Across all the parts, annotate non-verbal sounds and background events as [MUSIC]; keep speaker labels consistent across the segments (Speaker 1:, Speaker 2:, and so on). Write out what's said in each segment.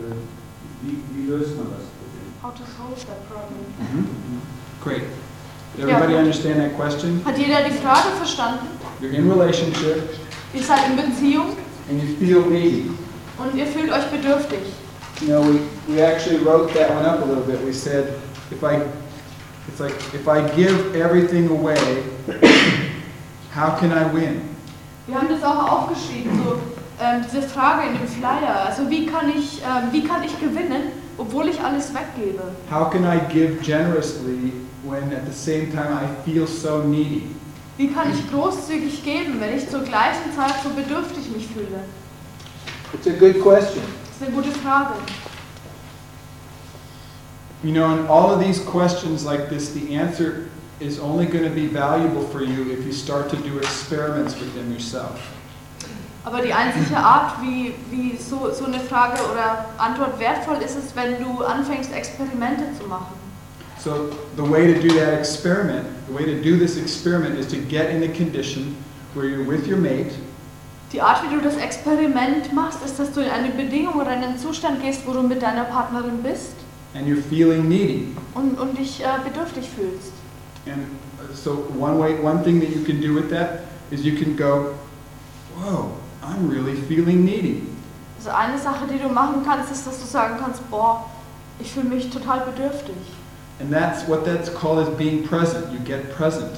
Speaker 1: äh, wie, wie löst man das Problem?
Speaker 2: How to solve that problem?
Speaker 3: Mhm. Great. Did everybody
Speaker 2: Yeah.
Speaker 3: understand that question?
Speaker 2: Hat jeder die Frage verstanden?
Speaker 3: You're in relationship
Speaker 2: Ihr seid in Beziehung
Speaker 3: and you feel needy.
Speaker 2: und ihr fühlt euch bedürftig.
Speaker 3: You know, we, we actually wrote that one up a little bit. We said, if I, it's like, if I give everything away, how can I win?
Speaker 2: Wir haben das auch aufgeschrieben, so ähm, diese Frage in dem Flyer. Also wie kann ich, ähm, wie kann ich gewinnen, obwohl ich alles weggebe?
Speaker 3: How can I give generously when at the same time I feel so needy?
Speaker 2: Wie kann ich großzügig geben, wenn ich zur gleichen Zeit so bedürftig mich fühle?
Speaker 3: It's a good question.
Speaker 2: Das ist eine gute Frage.
Speaker 3: You know, in all of these questions like this, the answer is only going to be valuable for you if you start to do experiments with them yourself.
Speaker 2: Aber die einzige Art, wie, wie so, so eine Frage oder Antwort wertvoll ist, ist, wenn du anfängst, Experimente zu machen.
Speaker 3: So the way to do that experiment, the way to do this experiment is to get in a condition where you're with your mate
Speaker 2: Die Art, wie du das Experiment machst, ist, dass du in eine Bedingung oder in einen Zustand gehst, wo du mit deiner Partnerin bist
Speaker 3: and you're feeling needy.
Speaker 2: und, und dich äh, bedürftig fühlst.
Speaker 3: And uh, so one way, one thing that you can do with that is you can go, "Whoa, I'm really feeling needy."
Speaker 2: Also eine Sache, die du machen kannst, ist, dass du sagen kannst, boah, ich fühle mich total bedürftig.
Speaker 3: And that's what that's called is being present. You get present.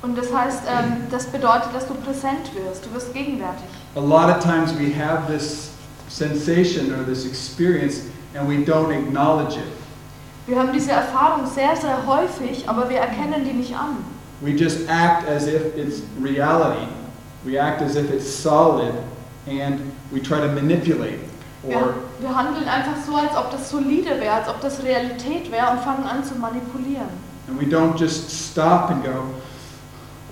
Speaker 2: Und das heißt, ähm, das bedeutet, dass du präsent wirst, du wirst gegenwärtig.
Speaker 3: A lot of times we have this sensation or this experience and we don't acknowledge it.
Speaker 2: Wir haben diese Erfahrung sehr, sehr häufig, aber wir erkennen die nicht an.
Speaker 3: We just act as if it's reality. We act as if it's solid and we try to manipulate
Speaker 2: Wir,
Speaker 3: or
Speaker 2: wir handeln einfach so, als ob das solide wäre, als ob das Realität wäre und fangen an zu manipulieren.
Speaker 3: and we don't just stop and go,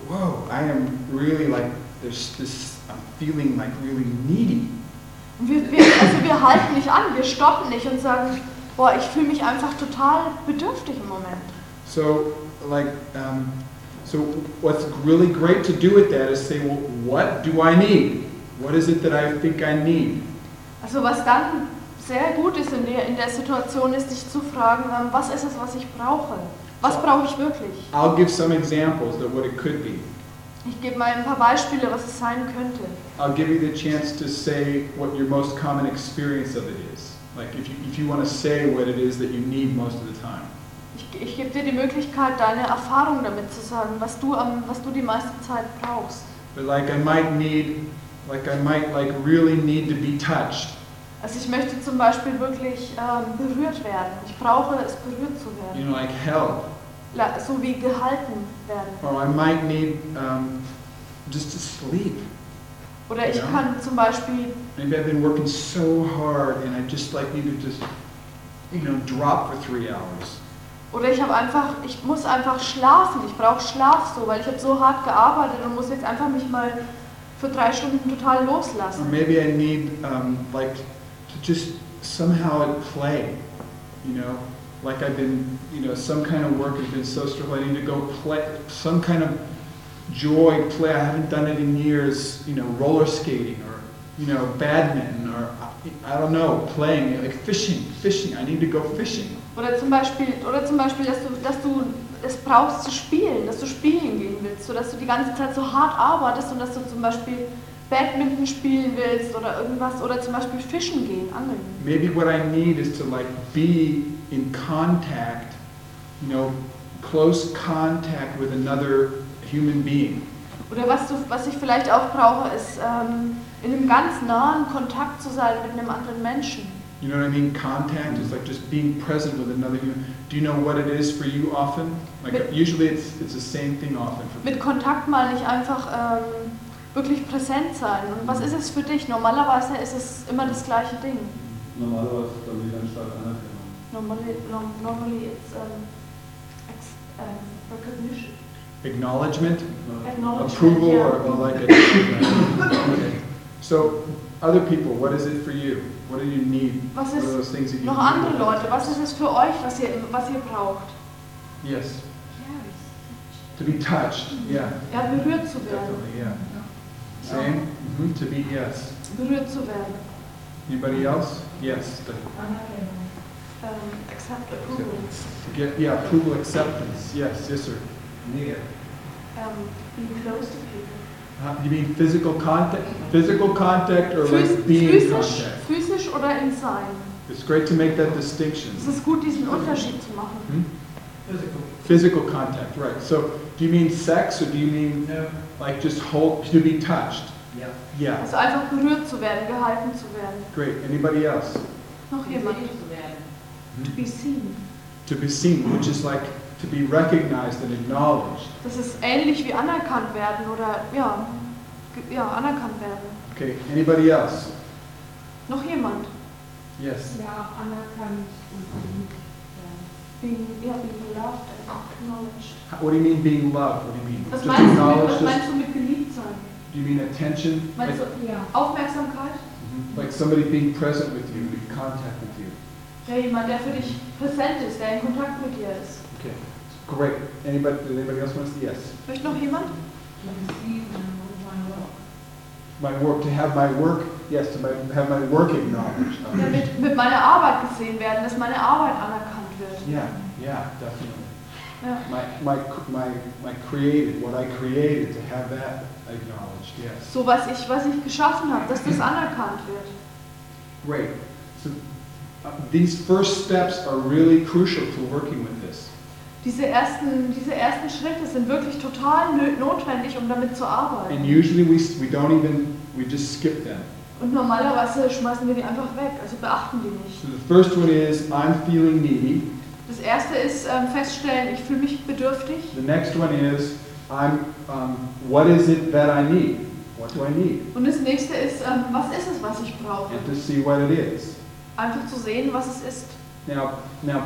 Speaker 3: "Whoa, I am really like there's this I'm feeling like really needy."
Speaker 2: Und wir, wir, also wir halten nicht an, wir stoppen nicht und sagen, boah, ich fühle mich einfach total bedürftig im Moment.
Speaker 3: So like um, so what's really great to do with that is say, "Well, what do I need? What is it that I think I need?"
Speaker 2: Also was dann sehr gut ist in der, in der Situation, ist dich zu fragen, ähm, was ist es, was ich brauche? Was brauche ich wirklich?
Speaker 3: I'll give some examples of what it could be.
Speaker 2: Ich gebe mal ein paar Beispiele, was es sein könnte.
Speaker 3: I'll give you the chance to say what your most common experience of it is. Like if you, if you want to say what it is that you need most of the time.
Speaker 2: Ich, ich gebe dir die Möglichkeit, deine Erfahrung damit zu sagen, was du, am, was du die meiste Zeit brauchst.
Speaker 3: But like I might need, like I might like really need to be touched.
Speaker 2: Also ich möchte zum Beispiel wirklich ähm, berührt werden. Ich brauche es, berührt zu
Speaker 3: You
Speaker 2: werden.
Speaker 3: know, like help.
Speaker 2: La- So wie gehalten werden.
Speaker 3: Or I might need um, just to sleep.
Speaker 2: Oder ich
Speaker 3: Ja.
Speaker 2: kann zum Beispiel,
Speaker 3: Maybe I've been working so hard and I just like need to just, you know, drop for three hours.
Speaker 2: oder ich habe einfach, ich muss einfach schlafen. Ich brauche Schlaf so, weil ich habe so hart gearbeitet und muss jetzt einfach mich mal für drei Stunden total
Speaker 3: Or
Speaker 2: loslassen.
Speaker 3: maybe I need, um, like, to just somehow at play, you know, like I've been, you know, some kind of work has been so stressful. I need to go play, some kind of joy play. I haven't done it in years, you know, roller skating or, you know, badminton or, I I don't know, playing, like fishing, fishing. I need to go fishing.
Speaker 2: Oder zum Beispiel, oder zum Beispiel, dass du, dass du es brauchst zu spielen, dass du spielen gehen willst, sodass du die ganze Zeit so hart arbeitest und dass du zum Beispiel Badminton spielen willst oder irgendwas oder zum Beispiel fischen gehen, angeln.
Speaker 3: Maybe what I need is to, like, be in contact, you know, close contact with another human being.
Speaker 2: Oder was, du, was ich vielleicht auch brauche, ist ähm, in einem ganz nahen Kontakt zu sein mit einem anderen Menschen.
Speaker 3: You know what I mean? Contact is like just being present with another human. Do you know what it is for you often? Like
Speaker 2: But-
Speaker 3: usually it's it's the same thing often for
Speaker 2: Mit Kontakt mal nicht einfach ähm, wirklich präsent sein. Und was ist es für dich? Normalerweise ist es immer das gleiche Ding.
Speaker 1: Normalerweise ist da wieder anstatt Anerkennung.
Speaker 2: Normally, norm, normally it's ähm, ex, ähm, recognition.
Speaker 3: acknowledgement,
Speaker 2: Acknowledgement,
Speaker 3: approval,
Speaker 2: yeah.
Speaker 3: or, or like a, okay. So other people, what is it for you? What do you need?
Speaker 2: Was
Speaker 3: what are
Speaker 2: ist
Speaker 3: those things that you
Speaker 2: Noch
Speaker 3: need?
Speaker 2: andere Leute, was ist es für euch, was ihr, was ihr braucht?
Speaker 3: Yes. To be touched. Yeah.
Speaker 2: Ja, berührt zu werden.
Speaker 3: Definitely. Yeah. Same. hmm Mm-hmm. To be yes.
Speaker 2: Berührt zu werden.
Speaker 3: Anybody else? Yes, to
Speaker 2: Ähm, accept approval.
Speaker 3: to get, yeah, approval acceptance, yes, yes, sir.
Speaker 1: Negative.
Speaker 2: Ähm, be close to people.
Speaker 3: Uh, You mean physical contact, physical contact or like
Speaker 2: Phys-
Speaker 3: being in
Speaker 2: Physisch,
Speaker 3: contact?
Speaker 2: physisch oder in sein.
Speaker 3: It's great to make that distinction.
Speaker 2: Es ist gut, diesen Unterschied zu machen.
Speaker 3: Hmm?
Speaker 1: Physical.
Speaker 3: Physical contact, right. So do you mean sex or do you mean
Speaker 1: No.
Speaker 3: like just hold, to be touched?
Speaker 1: Yeah.
Speaker 3: Yeah,
Speaker 2: Also einfach berührt zu werden, gehalten zu werden.
Speaker 3: great. Anybody else?
Speaker 2: Noch jemand? To be seen.
Speaker 3: To be seen, which is like to be recognized and acknowledged.
Speaker 2: Das ist ähnlich wie anerkannt werden oder ja, ge- ja anerkannt werden.
Speaker 3: Okay, anybody else?
Speaker 2: Noch jemand?
Speaker 3: Yes.
Speaker 4: Ja, anerkannt und
Speaker 2: Being, ja, being beloved and acknowledged.
Speaker 3: What do you mean being loved? What do you mean?
Speaker 2: Was
Speaker 3: Just
Speaker 2: meinst, du mit,
Speaker 3: acknowledged?
Speaker 2: was
Speaker 3: just-
Speaker 2: meinst du mit geliebt sein?
Speaker 3: Do you mean attention?
Speaker 2: Meinst du
Speaker 4: geliebt. Ja.
Speaker 2: Aufmerksamkeit?
Speaker 3: Mhm. Like somebody being present with you, in contact with you.
Speaker 2: Ja, jemand, der für dich präsent ist, der in Kontakt mit dir ist.
Speaker 3: Okay, great. Anybody, did anybody else want to, yes?
Speaker 2: Möchte noch jemand?
Speaker 3: My work, to have my work, yes, to my, have my work acknowledged.
Speaker 2: Ja, mit, mit meiner Arbeit gesehen werden, dass meine Arbeit anerkannt wird.
Speaker 3: Yeah, yeah, definitely.
Speaker 2: Ja.
Speaker 3: My, my, my, my created, what I created, to have that acknowledged, yes.
Speaker 2: So was ich, was ich geschaffen habe, dass das anerkannt wird.
Speaker 3: Great. So uh, these first steps are really crucial to working with this.
Speaker 2: Diese ersten, diese ersten Schritte sind wirklich total nö- notwendig, um damit zu arbeiten.
Speaker 3: And usually we, s- we don't even, we just skip them.
Speaker 2: Und normalerweise schmeißen wir die einfach weg, also beachten die nicht.
Speaker 3: So the first one is, I'm feeling needy.
Speaker 2: Das erste ist ähm, feststellen, ich fühle mich bedürftig.
Speaker 3: The next one is, I'm, um, what is it that I need? What do I need?
Speaker 2: Und das nächste ist, ähm, was ist es, was ich brauche?
Speaker 3: And to see what it is.
Speaker 2: Einfach zu sehen, was es ist.
Speaker 3: Now, now,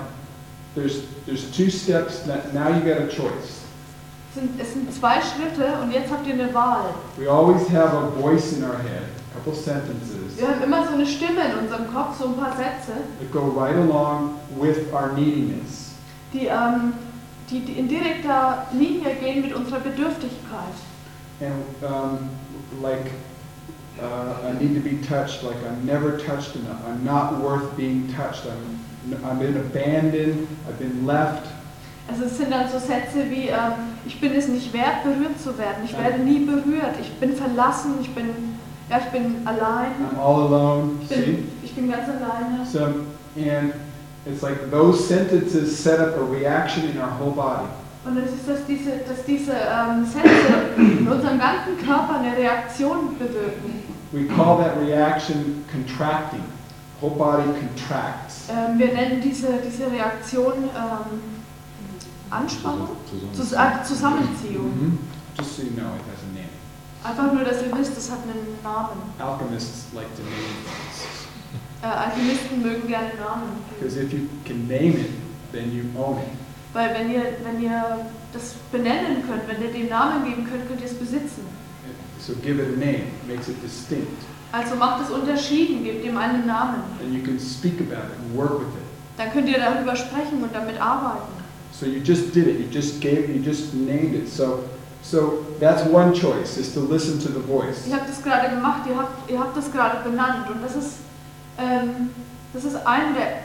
Speaker 3: there's, there's two steps, that now you got a choice.
Speaker 2: Es sind, es sind zwei Schritte und jetzt habt ihr eine Wahl.
Speaker 3: We always have a voice in our head, a couple sentences
Speaker 2: Wir haben immer so eine Stimme in unserem Kopf, so ein paar Sätze,
Speaker 3: that go right along with our neediness.
Speaker 2: die, ähm, die, die in direkter Linie gehen mit unserer Bedürftigkeit.
Speaker 3: And um, like, uh, I need to be touched, like I'm never touched enough. I'm not worth being touched. I'm, I've been abandoned. I've been left.
Speaker 2: Also es sind dann so Sätze wie, ähm, ich bin es nicht wert, berührt zu werden. Ich werde nie berührt. Ich bin verlassen. Ich bin, ja, ich bin allein.
Speaker 3: I'm all alone.
Speaker 2: Ich
Speaker 3: See?
Speaker 2: bin, ich bin ganz alleine.
Speaker 3: So, and it's like those sentences set up a reaction in our whole body.
Speaker 2: Und es ist, dass diese, dass diese ähm, Sätze in unserem ganzen Körper eine Reaktion bewirken.
Speaker 3: We call that reaction contracting. Whole body contracts.
Speaker 2: Ähm, wir nennen diese, diese Reaktion ähm, Anspannung, Zus äh, Zusammenziehung.
Speaker 3: Mhm. Just so you know, it has a name.
Speaker 2: Einfach nur, dass ihr wisst, es hat einen Namen.
Speaker 3: Alchemists like to name things
Speaker 2: Äh, Alchemisten mögen gerne Namen.
Speaker 3: because if you can name it, then you own it.
Speaker 2: Weil wenn ihr, wenn ihr das benennen könnt, wenn ihr dem Namen geben könnt, könnt ihr es besitzen.
Speaker 3: So give it a name, makes it distinct,
Speaker 2: Also macht es unterschieden, gebt dem einen Namen.
Speaker 3: and you can speak about it and work with it.
Speaker 2: Dann könnt ihr darüber sprechen und damit arbeiten.
Speaker 3: So you just did it. You just gave. You just named it. So, so that's one choice: is to listen to the voice.
Speaker 2: Ihr habt das gerade gemacht, ihr habt, ihr habt das gerade benannt und das ist, ähm, das ist ein der.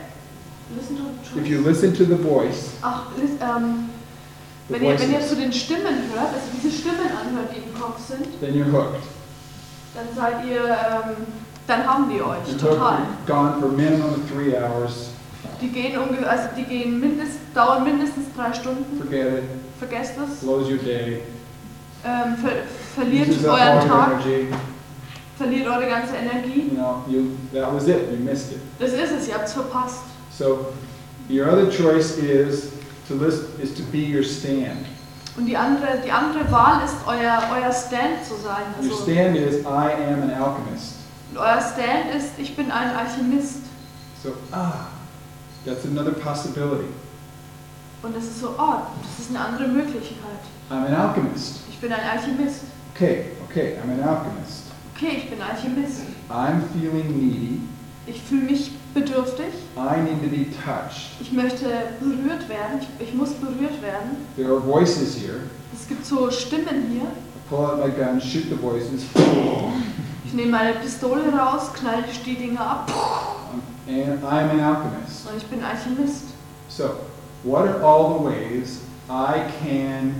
Speaker 2: Listen to
Speaker 3: If you listen to the voice,
Speaker 2: Ach, lis- ähm,
Speaker 3: the
Speaker 2: wenn, ihr, wenn ihr
Speaker 3: voices,
Speaker 2: zu den Stimmen hört, also diese Stimmen anhört, die im Kopf sind,
Speaker 3: then you're hooked.
Speaker 2: dann seid ihr, ähm, dann haben die
Speaker 3: You're
Speaker 2: euch total.
Speaker 3: hooked. You're gone for minimum of three hours.
Speaker 2: Die gehen unge also die gehen mindest, dauern mindestens drei Stunden,
Speaker 3: Forget it.
Speaker 2: vergesst es,
Speaker 3: Blows your day.
Speaker 2: ähm, ver verliert
Speaker 3: Uses up all
Speaker 2: euren
Speaker 3: your
Speaker 2: Tag,
Speaker 3: energy.
Speaker 2: verliert eure ganze Energie.
Speaker 3: You know, you that was it. You missed it.
Speaker 2: Das ist es, ihr habt es verpasst.
Speaker 3: So your other choice is to list is to be your stand.
Speaker 2: Und die andere, die andere Wahl ist, euer, euer Stand zu sein.
Speaker 3: Your
Speaker 2: Also,
Speaker 3: stand is I am an alchemist.
Speaker 2: und euer Stand ist, ich bin ein Alchemist.
Speaker 3: So ah, that's another possibility.
Speaker 2: Und das ist so, oh, das ist eine andere Möglichkeit.
Speaker 3: I'm an alchemist.
Speaker 2: Ich bin ein Alchemist.
Speaker 3: Okay, okay, I'm an alchemist.
Speaker 2: Okay, ich bin Alchemist.
Speaker 3: I'm feeling needy.
Speaker 2: Ich fühle mich bedürftig.
Speaker 3: I need to be touched.
Speaker 2: Ich möchte berührt werden. Ich, ich muss berührt werden.
Speaker 3: There are voices here.
Speaker 2: Es gibt so Stimmen hier.
Speaker 3: I pull out my gun, shoot the voices.
Speaker 2: Ich nehme meine Pistole raus, knall die Dinge ab
Speaker 3: And I'm an alchemist.
Speaker 2: und ich bin Alchemist.
Speaker 3: So, what are all the ways I can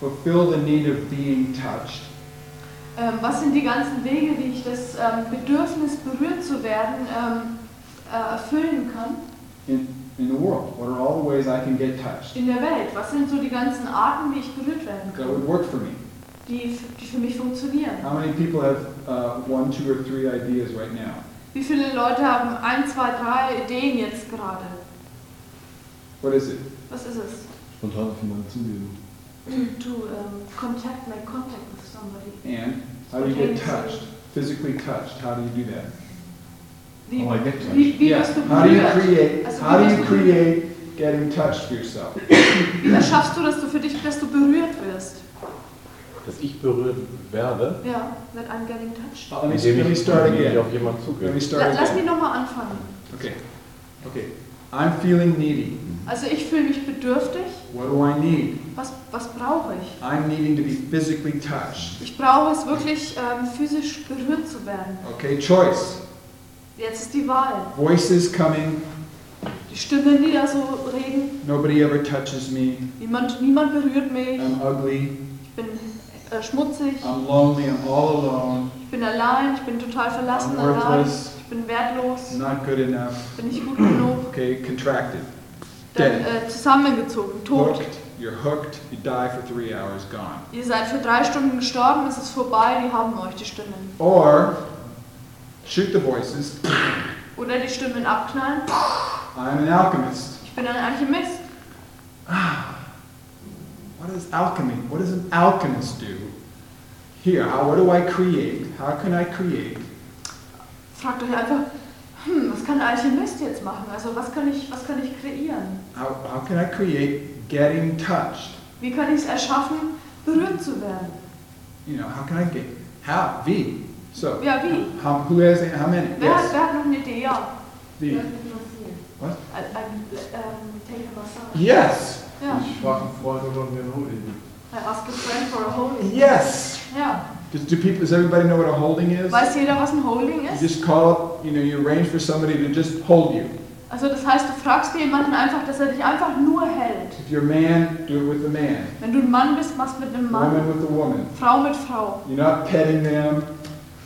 Speaker 3: fulfill the need of being touched
Speaker 2: Ähm, was sind die ganzen Wege, wie ich das ähm, Bedürfnis, berührt zu werden, ähm, äh, erfüllen kann
Speaker 3: in, in the world? What are all the ways I can get touched
Speaker 2: in der Welt? Was sind so die ganzen Arten, wie ich berührt werden
Speaker 3: that would
Speaker 2: kann,
Speaker 3: work for me?
Speaker 2: die, f- die für mich funktionieren?
Speaker 3: How many people have uh, one, two, or three ideas right now?
Speaker 2: Wie viele Leute haben ein, zwei, drei Ideen jetzt gerade?
Speaker 3: What is it?
Speaker 2: Was ist es?
Speaker 5: Spontan auf jemanden zugehen.
Speaker 2: To ähm, contact, make contact with somebody.
Speaker 3: And how do you get touched? Physically touched. How do you do that?
Speaker 2: Wie,
Speaker 5: Oh, I get touched.
Speaker 2: wie, wie
Speaker 3: Yeah.
Speaker 2: wirst du
Speaker 3: How do you
Speaker 2: berührt?
Speaker 3: create?
Speaker 2: As a
Speaker 3: How do you
Speaker 2: person.
Speaker 3: create getting touched for yourself?
Speaker 2: Wie erschaffst du, dass du für dich, dass du berührt wirst?
Speaker 5: Dass ich berührt werde,
Speaker 2: Ja, that I'm getting touched.
Speaker 3: Let me, let me start
Speaker 5: indem ich
Speaker 3: again.
Speaker 5: auf jemanden zugehe.
Speaker 3: Let me
Speaker 2: La,
Speaker 3: start
Speaker 2: lass
Speaker 3: again.
Speaker 2: mich nochmal anfangen.
Speaker 3: Okay. Okay. I'm feeling needy.
Speaker 2: Also ich fühle mich bedürftig.
Speaker 3: What do I need?
Speaker 2: Was, was brauche ich?
Speaker 3: I'm needing to be physically touched.
Speaker 2: Ich brauche es wirklich, ähm, physisch berührt zu werden.
Speaker 3: Okay. Choice.
Speaker 2: Jetzt ist die Wahl.
Speaker 3: Voices coming.
Speaker 2: Die Stimmen, die da so reden.
Speaker 3: Nobody ever touches me.
Speaker 2: Niemand, niemand berührt mich.
Speaker 3: I'm ugly.
Speaker 2: Ich bin äh, schmutzig.
Speaker 3: I'm lonely. I'm all alone.
Speaker 2: Ich bin allein. Ich bin total verlassen,
Speaker 3: I'm
Speaker 2: allein.
Speaker 3: worthless.
Speaker 2: Ich bin wertlos.
Speaker 3: Not good enough.
Speaker 2: Bin nicht gut genug.
Speaker 3: Okay. Contracted.
Speaker 2: Dann
Speaker 3: Dead.
Speaker 2: äh, zusammengezogen. Tot.
Speaker 3: Hooked. You're hooked. You die for three hours. Gone.
Speaker 2: Ihr seid für drei Stunden gestorben. Es ist vorbei. Die haben euch, die Stimmen.
Speaker 3: Or shoot the voices.
Speaker 2: Oder die Stimmen abknallen.
Speaker 3: I'm an alchemist.
Speaker 2: Ich bin ein Alchemist.
Speaker 3: What is alchemy? What does an alchemist do? Here, how, what do I create? How can I create?
Speaker 2: Fragt euch einfach, hm, was kann der Alchemist jetzt machen? Also was kann ich, was kann ich kreieren?
Speaker 3: How, how can I create getting touched?
Speaker 2: Wie kann ich es erschaffen, berührt zu werden?
Speaker 3: You know, how can I get, how, V. So,
Speaker 2: Ja, wie?
Speaker 3: how, who has, it? how many?
Speaker 2: Wer, hat,
Speaker 3: Yes,
Speaker 2: wer hat noch eine Idee? Ja.
Speaker 3: V.
Speaker 4: Ah,
Speaker 2: Ein, ein, ähm, take a massage.
Speaker 3: Yes,
Speaker 2: Ja.
Speaker 5: Ich frage einen Freund, ob er mir ein Hund gibt.
Speaker 2: I ask a friend for a holding.
Speaker 3: yes.
Speaker 2: Ja.
Speaker 3: Does, do people, does everybody know what a holding is?
Speaker 2: Weiß jeder, was ein Holding
Speaker 3: You
Speaker 2: ist?
Speaker 3: just call up, you know, you arrange for somebody to just hold you.
Speaker 2: Also das heißt, du fragst dir jemanden einfach, dass er dich einfach nur hält.
Speaker 3: If you're a man, do it with a man.
Speaker 2: Wenn du ein Mann bist, machst mit einem
Speaker 3: Woman
Speaker 2: Mann.
Speaker 3: with a woman.
Speaker 2: Frau mit Frau.
Speaker 3: You're not petting them.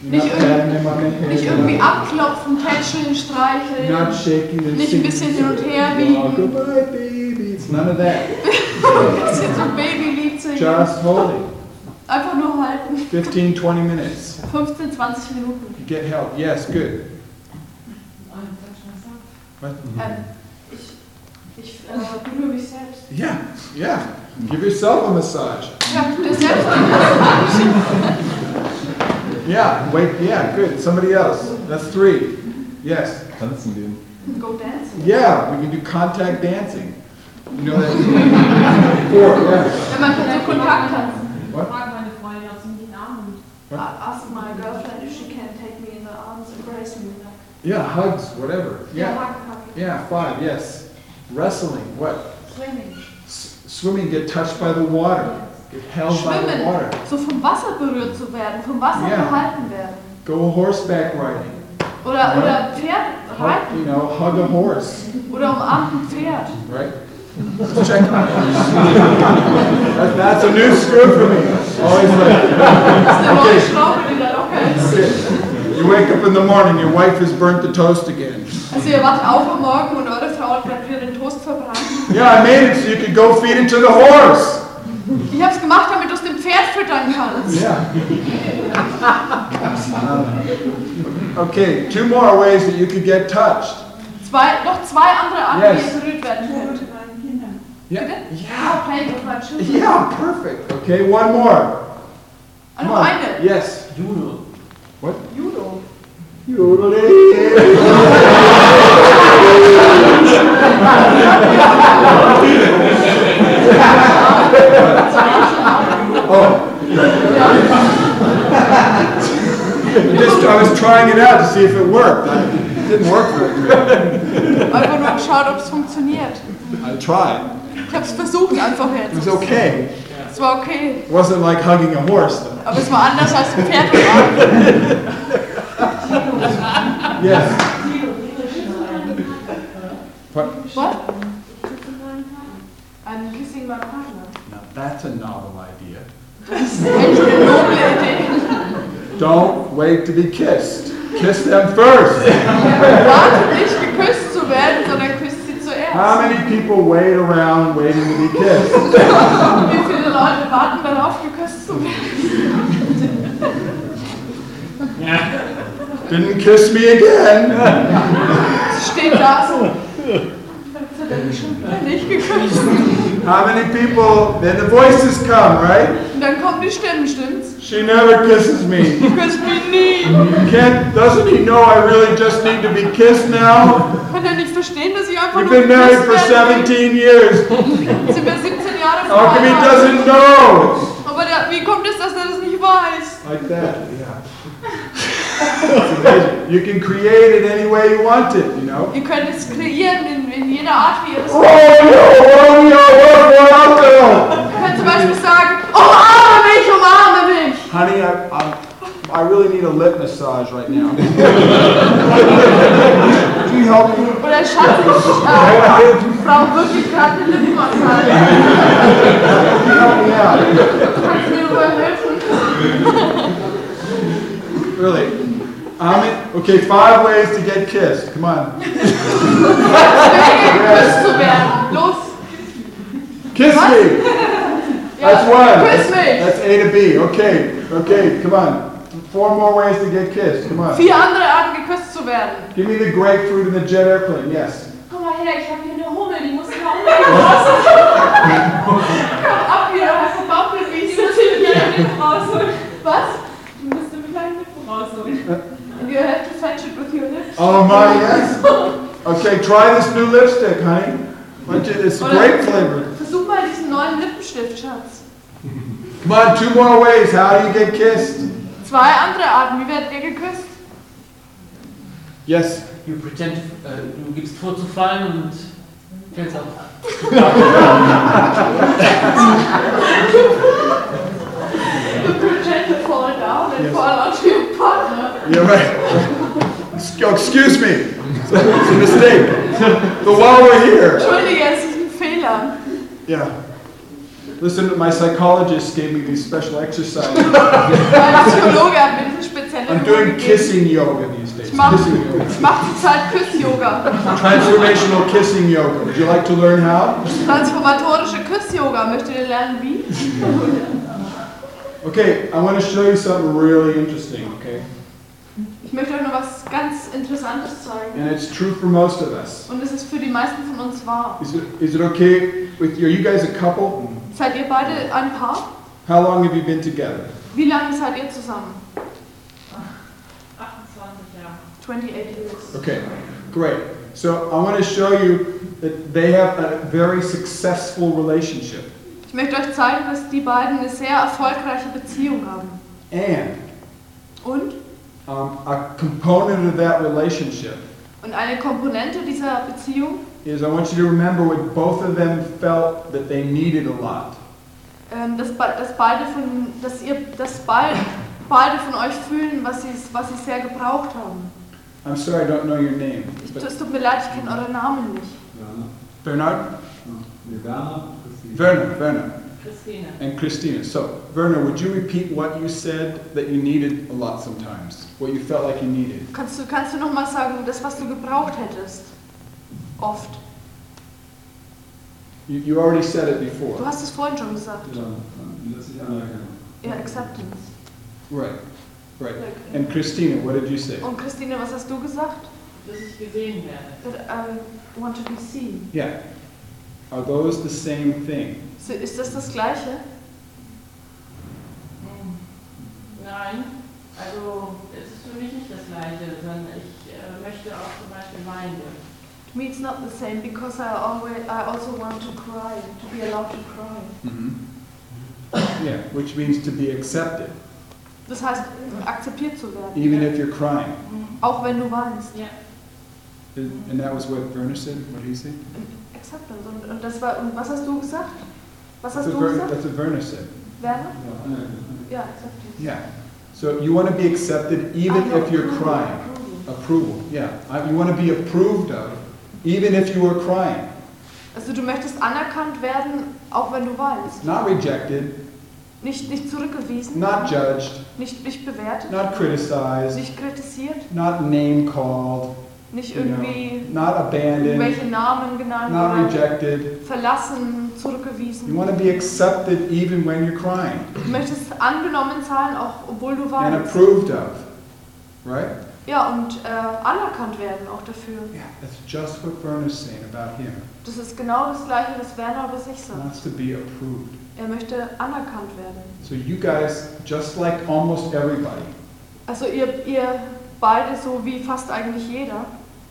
Speaker 3: You're
Speaker 2: Nicht
Speaker 3: not patting them on the
Speaker 2: Nicht
Speaker 3: head.
Speaker 2: irgendwie abklopfen, tätscheln,
Speaker 3: You're
Speaker 2: streicheln.
Speaker 3: not shaking their
Speaker 2: Nicht ein bisschen hin und her
Speaker 3: Oh,
Speaker 2: wiegen.
Speaker 3: goodbye, baby. It's none of that.
Speaker 2: Ein bisschen so Babylied singen.
Speaker 3: Just holding.
Speaker 2: Einfach nur halten.
Speaker 3: 15, 20 minutes.
Speaker 2: 15, 20 Minuten.
Speaker 3: You get help. Yes, good.
Speaker 2: Ähm, ich ich äh, berühre mich selbst.
Speaker 3: Yeah, yeah. Give yourself a massage.
Speaker 2: Ja, das selbst angeschaut.
Speaker 3: Yeah, wait. Yeah, good. Somebody else. That's three. Yes.
Speaker 5: Tanzen gehen.
Speaker 2: Go dancing.
Speaker 3: Yeah, we can do contact dancing. You know that? [LAUGHS] Four. Yeah.
Speaker 2: Wenn man so Kontakt hat.
Speaker 3: What?
Speaker 4: Frag meine Freundin, ob sie mich in den Arm nimmt.
Speaker 2: I ask my girlfriend if she can take me in the arms, embrace me.
Speaker 3: Yeah, hugs. Whatever. Yeah.
Speaker 2: Hug, hug.
Speaker 3: Yeah. Five. Yes. Wrestling. What?
Speaker 2: Swimming.
Speaker 3: S- swimming, get touched by the water, get held by the
Speaker 2: Schwimmen.
Speaker 3: water,
Speaker 2: So vom Wasser berührt zu werden, vom Wasser
Speaker 3: Ja.
Speaker 2: gehalten werden.
Speaker 3: go horseback riding,
Speaker 2: Oder, oder Pferd
Speaker 3: hug,
Speaker 2: reiten.
Speaker 3: you know, hug a horse,
Speaker 2: Oder umarmt ein Pferd.
Speaker 3: right? Let's check my That- That's a new screw for me. Always like,
Speaker 2: Das ist eine neue Schraube, die da locker ist.
Speaker 3: okay. you wake up in the morning, your wife has burnt the toast again.
Speaker 2: Also ihr wacht auf am Morgen und eure Frau hat gerade wieder den Toast verbrannt.
Speaker 3: Yeah, I made it so you could go feed it to the horse.
Speaker 2: Ich hab's gemacht, damit du es dem Pferd füttern kannst.
Speaker 3: Yeah. [LAUGHS] Okay, two more ways that you could get touched.
Speaker 2: Zwei, noch zwei andere Arten,
Speaker 3: Yes.
Speaker 2: wie ihr berührt werden
Speaker 4: Nur
Speaker 2: könnt.
Speaker 4: mit meinen Kindern.
Speaker 3: Yeah, yeah,
Speaker 2: Ah, play with my children.
Speaker 3: yeah, perfect. Okay, one more.
Speaker 2: Und noch eine.
Speaker 3: Yes. Judo. What?
Speaker 2: Judo.
Speaker 3: Judo. oh. [LAUGHS] Just, I was trying it out to see if it worked. It didn't work very good.
Speaker 2: Einfach nur geschaut, ob es funktioniert.
Speaker 3: I tried.
Speaker 2: Ich hab's versucht einfach
Speaker 3: It
Speaker 2: jetzt.
Speaker 3: was okay.
Speaker 2: Es war okay.
Speaker 3: It wasn't like hugging a horse, though.
Speaker 2: Aber es war anders als ein Pferd war.
Speaker 3: Yes. What?
Speaker 2: What? I'm kissing my partner.
Speaker 3: Now that's a novel idea.
Speaker 2: Echt eine noble Idee.
Speaker 3: Don't wait to be kissed. Kiss them first.
Speaker 2: Warte nicht, geküsst zu werden, sondern küsst sie
Speaker 3: How
Speaker 2: zuerst.
Speaker 3: many people wait around waiting to be kissed?
Speaker 2: Wie viele Leute warten darauf, geküsst zu werden?
Speaker 3: Didn't kiss me again.
Speaker 2: Sie steht da so. Jetzt hat er mich schon wieder nicht geküsst.
Speaker 3: How many people? Then the voices come, right?
Speaker 2: Und dann kommen die Stimmen, stimmt's?
Speaker 3: She never kisses me.
Speaker 2: Du küsst mich nie.
Speaker 3: Can't, doesn't he know I really just need to be kissed now?
Speaker 2: Kann er nicht verstehen, dass ich einfach
Speaker 3: We've
Speaker 2: nur
Speaker 3: been married
Speaker 2: geküsst
Speaker 3: for
Speaker 2: werden will?
Speaker 3: 17 years.
Speaker 2: Sind wir 17 Jahre
Speaker 3: How come he
Speaker 2: verheiratet?
Speaker 3: doesn't know?
Speaker 2: Aber der, wie kommt es, dass er das nicht weiß?
Speaker 3: Like that, yeah. It's amazing. You can create it any way you want it, you know?
Speaker 2: Ihr könnt es kreieren in, in jeder Art, wie ihr das
Speaker 3: Oh, no, Romeo, what
Speaker 2: Ihr könnt zum Beispiel sagen, umarme mich, umarme mich.
Speaker 3: Honey, I, I, I really need a lip massage right now. Could you help me?
Speaker 2: Oder Schatz, ich, äh, brauche wirklich gerade eine Lippenmassage.
Speaker 3: Help me out.
Speaker 2: Kannst du mir dabei helfen?
Speaker 3: Really? I'm in, okay, five ways to get kissed. Come on.
Speaker 2: Deswegen geküsst zu werden. Los.
Speaker 3: Kiss me. That's one.
Speaker 2: Küss mich.
Speaker 3: That's A to B. Okay, okay, come on. Four more ways to get kissed. Come on.
Speaker 2: Vier andere Arten geküsst zu werden.
Speaker 3: Give me the grapefruit and the jet airplane. Yes.
Speaker 4: Komm mal her, ich habe hier eine Hummel, die muss ich mal umgehen.
Speaker 2: Komm ab hier, hast du Bufflebees?
Speaker 4: Ich müsste mich leider mit rausholen.
Speaker 2: Was?
Speaker 4: Ich müsste mich leider mit rausholen.
Speaker 2: You have to fetch it with your lips.
Speaker 3: Oh my yes. Okay, try this new lipstick, honey. Like, It's grape flavored.
Speaker 2: Versuch mal diesen neuen Lippenstift, Schatz.
Speaker 3: Come on, two more ways. How do you get kissed?
Speaker 2: Zwei andere Arten. Wie werdet ihr geküsst?
Speaker 3: Yes.
Speaker 6: You pretend, äh, du gibst vor zu fallen und fällst auf.
Speaker 2: You pretend to fall down and
Speaker 3: Yes.
Speaker 2: fall onto your partner.
Speaker 3: You're right. Excuse me. It's a mistake. But while we're here.
Speaker 2: Entschuldige, es ist ein Fehler.
Speaker 3: Yeah. Listen, my psychologist gave me these special exercises.
Speaker 2: Mein Psychologe hat mir diesen speziellen
Speaker 3: I'm
Speaker 2: Übung
Speaker 3: doing
Speaker 2: gegeben.
Speaker 3: kissing yoga these days.
Speaker 2: Mom.
Speaker 3: Kissing yoga.
Speaker 2: Ich mache zurzeit Küss-Yoga.
Speaker 3: Transformational kissing yoga. Would you like to learn how?
Speaker 2: Transformatorische Küss-Yoga. Möchtet ihr lernen, wie?
Speaker 3: Okay, I want to show you something really interesting, okay?
Speaker 2: Ich möchte euch noch was ganz Interessantes zeigen.
Speaker 3: And it's true for most of us.
Speaker 2: Und es ist für die meisten von uns wahr.
Speaker 3: Is it, is it okay with you? Are you guys a couple?
Speaker 2: Seid ihr beide ein Paar?
Speaker 3: How long have you been together?
Speaker 2: Wie lange seid ihr zusammen?
Speaker 4: 28 Jahre.
Speaker 2: 28 years.
Speaker 3: Okay, great. So I want to show you that they have a very successful relationship.
Speaker 2: Ich möchte euch zeigen, dass die beiden eine sehr erfolgreiche Beziehung haben.
Speaker 3: And
Speaker 2: Und?
Speaker 3: um, a component of that relationship
Speaker 2: Und eine Komponente dieser Beziehung,
Speaker 3: is I want you to remember what both of them felt that they needed a lot.
Speaker 2: ähm, dass, be- dass beide von, dass ihr, dass beide, beide von euch fühlen, was sie, was sie sehr gebraucht haben.
Speaker 3: I'm sorry I don't know your name,
Speaker 2: Ich,
Speaker 3: but
Speaker 2: es tut mir leid, ich kenne euren Namen nicht.
Speaker 1: Werner.
Speaker 3: Bernard,
Speaker 1: Nee, Werner, Christine.
Speaker 3: Werner, Werner,
Speaker 4: Christine.
Speaker 3: and Christina. So, Werner, would you repeat what you said that you needed a lot sometimes? What you felt like you needed?
Speaker 2: Kannst du, kannst du nochmal sagen, das, was du gebraucht hättest? Oft.
Speaker 3: You, you already said it
Speaker 2: Du
Speaker 3: before.
Speaker 2: hast es vorhin schon gesagt.
Speaker 1: Ja, dann lässt sich anerkennen.
Speaker 2: Ja, Acceptance.
Speaker 3: Right, right.
Speaker 2: Like-
Speaker 3: And Christina, what did you say?
Speaker 2: Und Christine, was hast du gesagt?
Speaker 4: Dass ich gesehen werde.
Speaker 2: That um, I want to be seen.
Speaker 3: Yeah. Are those the same thing?
Speaker 2: So, Ist das das Gleiche?
Speaker 4: Hm. Nein, also es ist für mich nicht das Gleiche, sondern ich äh, möchte auch zum Beispiel weinen dürfen.
Speaker 2: To me, it's not the same because I always, I also want to cry, to be allowed to cry.
Speaker 3: Mm-hmm. Yeah, which means to be accepted,
Speaker 2: Das heißt, akzeptiert zu werden,
Speaker 3: even if you're crying.
Speaker 2: auch wenn du weinst.
Speaker 4: Ja,
Speaker 3: And and that was what Werner said, what he said?
Speaker 2: Acceptance. Und, und das war, und was hast du gesagt? Was hast
Speaker 3: That's what
Speaker 2: du
Speaker 3: Ver-
Speaker 2: gesagt?
Speaker 3: that's what Werner said.
Speaker 2: Werner?
Speaker 1: Ja, ja.
Speaker 2: Ja, exakt.
Speaker 3: Yeah. So you want to be accepted even if you're crying. Approval, yeah. I- You want to be approved of even if you are crying.
Speaker 2: Also du möchtest anerkannt werden, auch wenn du weinst.
Speaker 3: Not rejected,
Speaker 2: Nicht, nicht zurückgewiesen,
Speaker 3: not judged,
Speaker 2: nicht, nicht bewertet,
Speaker 3: not criticized,
Speaker 2: nicht kritisiert,
Speaker 3: not name called,
Speaker 2: nicht
Speaker 3: you know,
Speaker 2: irgendwie
Speaker 3: not abandoned,
Speaker 2: irgendwelche Namen genannt
Speaker 3: not
Speaker 2: oder
Speaker 3: rejected.
Speaker 2: verlassen,
Speaker 3: You
Speaker 2: zurückgewiesen.
Speaker 3: want to be accepted even when you're crying
Speaker 2: Du möchtest angenommen sein, auch obwohl du
Speaker 3: and
Speaker 2: weinst.
Speaker 3: approved of, right?
Speaker 2: Ja, und äh, anerkannt werden auch dafür.
Speaker 3: Yeah, that's just what Werner's saying about him.
Speaker 2: Das ist genau das Gleiche, was Werner über sich
Speaker 3: He
Speaker 2: sagt.
Speaker 3: wants to be approved.
Speaker 2: Er möchte anerkannt werden.
Speaker 3: So you guys, just like almost everybody,
Speaker 2: Also ihr, ihr beide, so wie fast eigentlich jeder,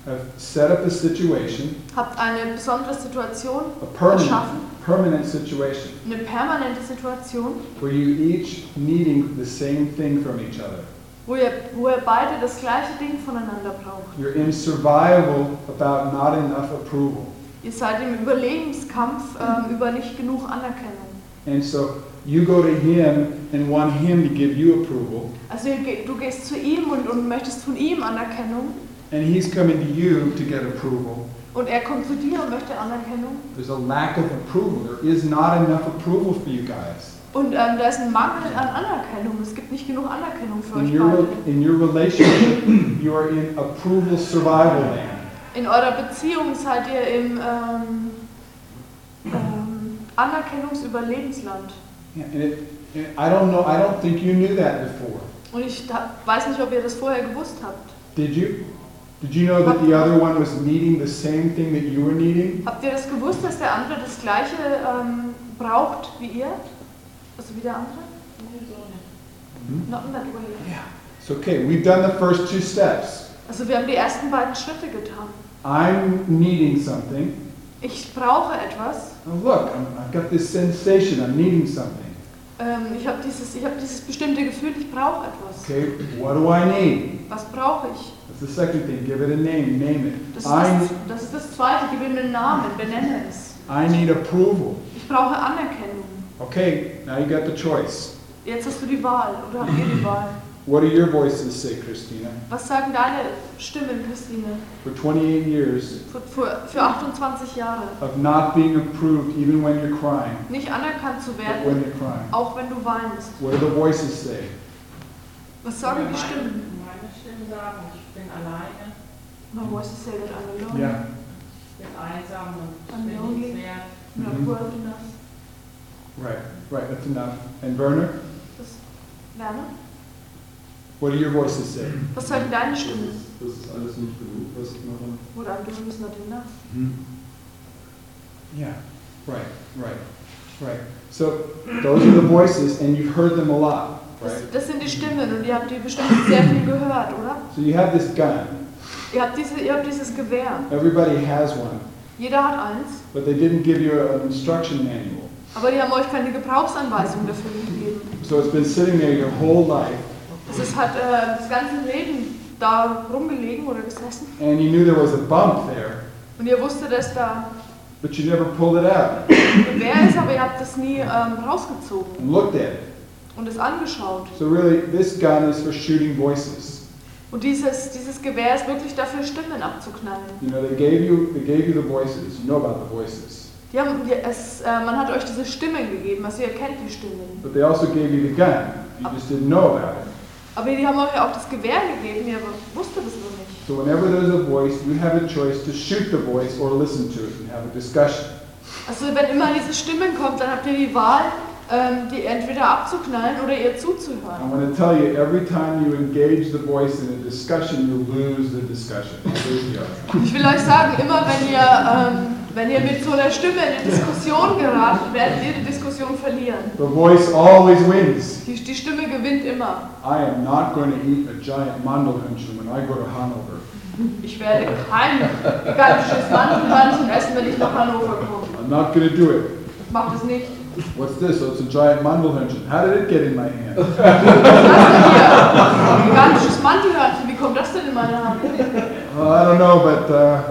Speaker 3: have set up a situation,
Speaker 2: habt eine besondere Situation
Speaker 3: a permanent,
Speaker 2: geschaffen,
Speaker 3: permanent situation,
Speaker 2: eine permanente Situation,
Speaker 3: where you each needing the same thing from each other.
Speaker 2: wo ihr, wo ihr beide das gleiche Ding voneinander braucht.
Speaker 3: You're in survival about not enough approval.
Speaker 2: Ihr seid im Überlebenskampf ähm, über nicht genug Anerkennung.
Speaker 3: And so you go to him and want him to give you approval,
Speaker 2: Also ihr, ge- du gehst zu ihm und, und möchtest von ihm Anerkennung
Speaker 3: and he's coming to you to get approval.
Speaker 2: und er kommt zu dir und möchte Anerkennung.
Speaker 3: There's a lack of approval. There is not enough approval for you guys.
Speaker 2: Und ähm, da ist ein Mangel an Anerkennung. Es gibt nicht genug Anerkennung für
Speaker 3: In
Speaker 2: euch
Speaker 3: your,
Speaker 2: beide.
Speaker 3: in your relationship, you are in approval survival land.
Speaker 2: In eurer Beziehung seid ihr im ähm, ähm, Anerkennungsüberlebensland.
Speaker 3: Yeah, And it, and I don't know, I don't think you knew that before.
Speaker 2: Und ich da, weiß nicht, ob ihr das vorher gewusst habt.
Speaker 3: Did you? Did you know that the other one was needing the same thing that you were needing?
Speaker 2: Habt ihr das gewusst, dass der andere das Gleiche ähm, braucht wie ihr? Also wie der andere?
Speaker 4: Nee, so nicht.
Speaker 2: Not in that way.
Speaker 3: Yeah. It's okay, we've done the first two steps.
Speaker 2: Also wir haben die ersten beiden Schritte getan.
Speaker 3: I'm needing something.
Speaker 2: Ich brauche etwas.
Speaker 3: Oh, look, I'm, I've got this sensation, I'm needing something.
Speaker 2: Ähm, ich habe dieses, ich hab dieses bestimmte Gefühl, ich brauche etwas.
Speaker 3: Okay, what do I need?
Speaker 2: Was brauche ich?
Speaker 3: That's the second thing, give it a name, name it.
Speaker 2: Das
Speaker 3: I,
Speaker 2: ist das, das ist das Zweite. Gib ihm einen Namen, benenne es.
Speaker 3: I need approval.
Speaker 2: Ich brauche Anerkennung.
Speaker 3: Okay, now you got the choice.
Speaker 2: Jetzt hast du die Wahl oder habt ihr die Wahl?
Speaker 3: What do your voices say, Christina?
Speaker 2: Was sagen deine Stimmen, Christine?
Speaker 3: For 28 years
Speaker 2: Für, für, für 28 Jahre.
Speaker 3: of not being approved even when you're crying,
Speaker 2: Nicht anerkannt zu
Speaker 3: but
Speaker 2: werden,
Speaker 3: when you're crying.
Speaker 2: auch wenn du weinst.
Speaker 3: What do the voices say?
Speaker 2: Was sagen die
Speaker 4: Meine-
Speaker 2: Stimmen?
Speaker 4: Meine Stimmen sagen, ich bin alleine,
Speaker 2: My voice is said alone.
Speaker 3: Yeah.
Speaker 4: ich bin einsam und
Speaker 2: I'm
Speaker 4: ich bin
Speaker 2: lonely.
Speaker 4: nichts wert.
Speaker 2: I'm not
Speaker 3: Mhm.
Speaker 2: world enough.
Speaker 3: Right, right, that's enough. And Werner,
Speaker 2: Das, Werner?
Speaker 3: what do your voices say?
Speaker 2: Was sagen deine
Speaker 1: Das
Speaker 2: Stimmen?
Speaker 1: ist, das ist alles nicht genug, was ich mache.
Speaker 2: What I'm doing is not enough.
Speaker 3: Yeah, right, right, right. So those are the voices, and you've heard them a lot, right?
Speaker 2: Das, das sind die Stimmen und ihr habt die bestimmt sehr viel gehört, oder?
Speaker 3: So you have this gun.
Speaker 2: Ihr habt, diese, ihr habt dieses Gewehr.
Speaker 3: Everybody has one,
Speaker 2: Jeder hat eins,
Speaker 3: but they didn't give you an instruction manual.
Speaker 2: aber die haben euch keine Gebrauchsanweisung dafür gegeben.
Speaker 3: So it's been sitting there your whole life,
Speaker 2: Es ist halt äh, das ganze Leben da rumgelegen oder gesessen
Speaker 3: and you knew there was a bump there,
Speaker 2: und ihr wusstet, dass da
Speaker 3: but you never pulled it out
Speaker 2: ein Gewehr ist, aber ihr habt das nie ähm, rausgezogen
Speaker 3: and looked at it.
Speaker 2: und es angeschaut.
Speaker 3: So really, this gun is for shooting voices.
Speaker 2: Und dieses, dieses Gewehr ist wirklich dafür, Stimmen abzuknallen.
Speaker 3: You know, they gave you they gave you the voices. You know about the voices,
Speaker 2: Die haben, die, es, äh, man hat euch diese Stimmen gegeben, also ihr kennt die Stimmen.
Speaker 3: but they also gave you the gun. You just didn't know about it.
Speaker 2: Aber die haben euch auch das Gewehr gegeben, ihr wusstet es nur nicht.
Speaker 3: So whenever there's a voice, you have a choice to shoot the voice or listen to it and have a discussion.
Speaker 2: Also wenn immer diese Stimmen kommt, dann habt ihr die Wahl, ähm, die entweder abzuknallen oder ihr zuzuhören.
Speaker 3: I'm going to tell you, every time you engage the voice in a discussion, you lose the discussion. You lose the argument.
Speaker 2: Ich will euch sagen, immer wenn ihr, ähm, wenn ihr mit so einer Stimme in eine Diskussion geratet, werdet ihr die Diskussion verlieren.
Speaker 3: The voice always wins.
Speaker 2: Die, die Stimme gewinnt immer.
Speaker 3: I am not going to eat a giant mandelhühnchen when I go to Hanover.
Speaker 2: Ich werde kein gigantisches Mandelhörnchen essen, wenn ich nach Hannover komme.
Speaker 3: I'm not going to do it.
Speaker 2: Ich mache das nicht.
Speaker 3: What's this? Oh, it's a giant mandelhühnchen. How did it get in my hand?
Speaker 2: Was ist denn hier? Ein gigantisches Mandelhörnchen, wie kommt das denn in meine Hand?
Speaker 3: Uh, I don't know, but uh,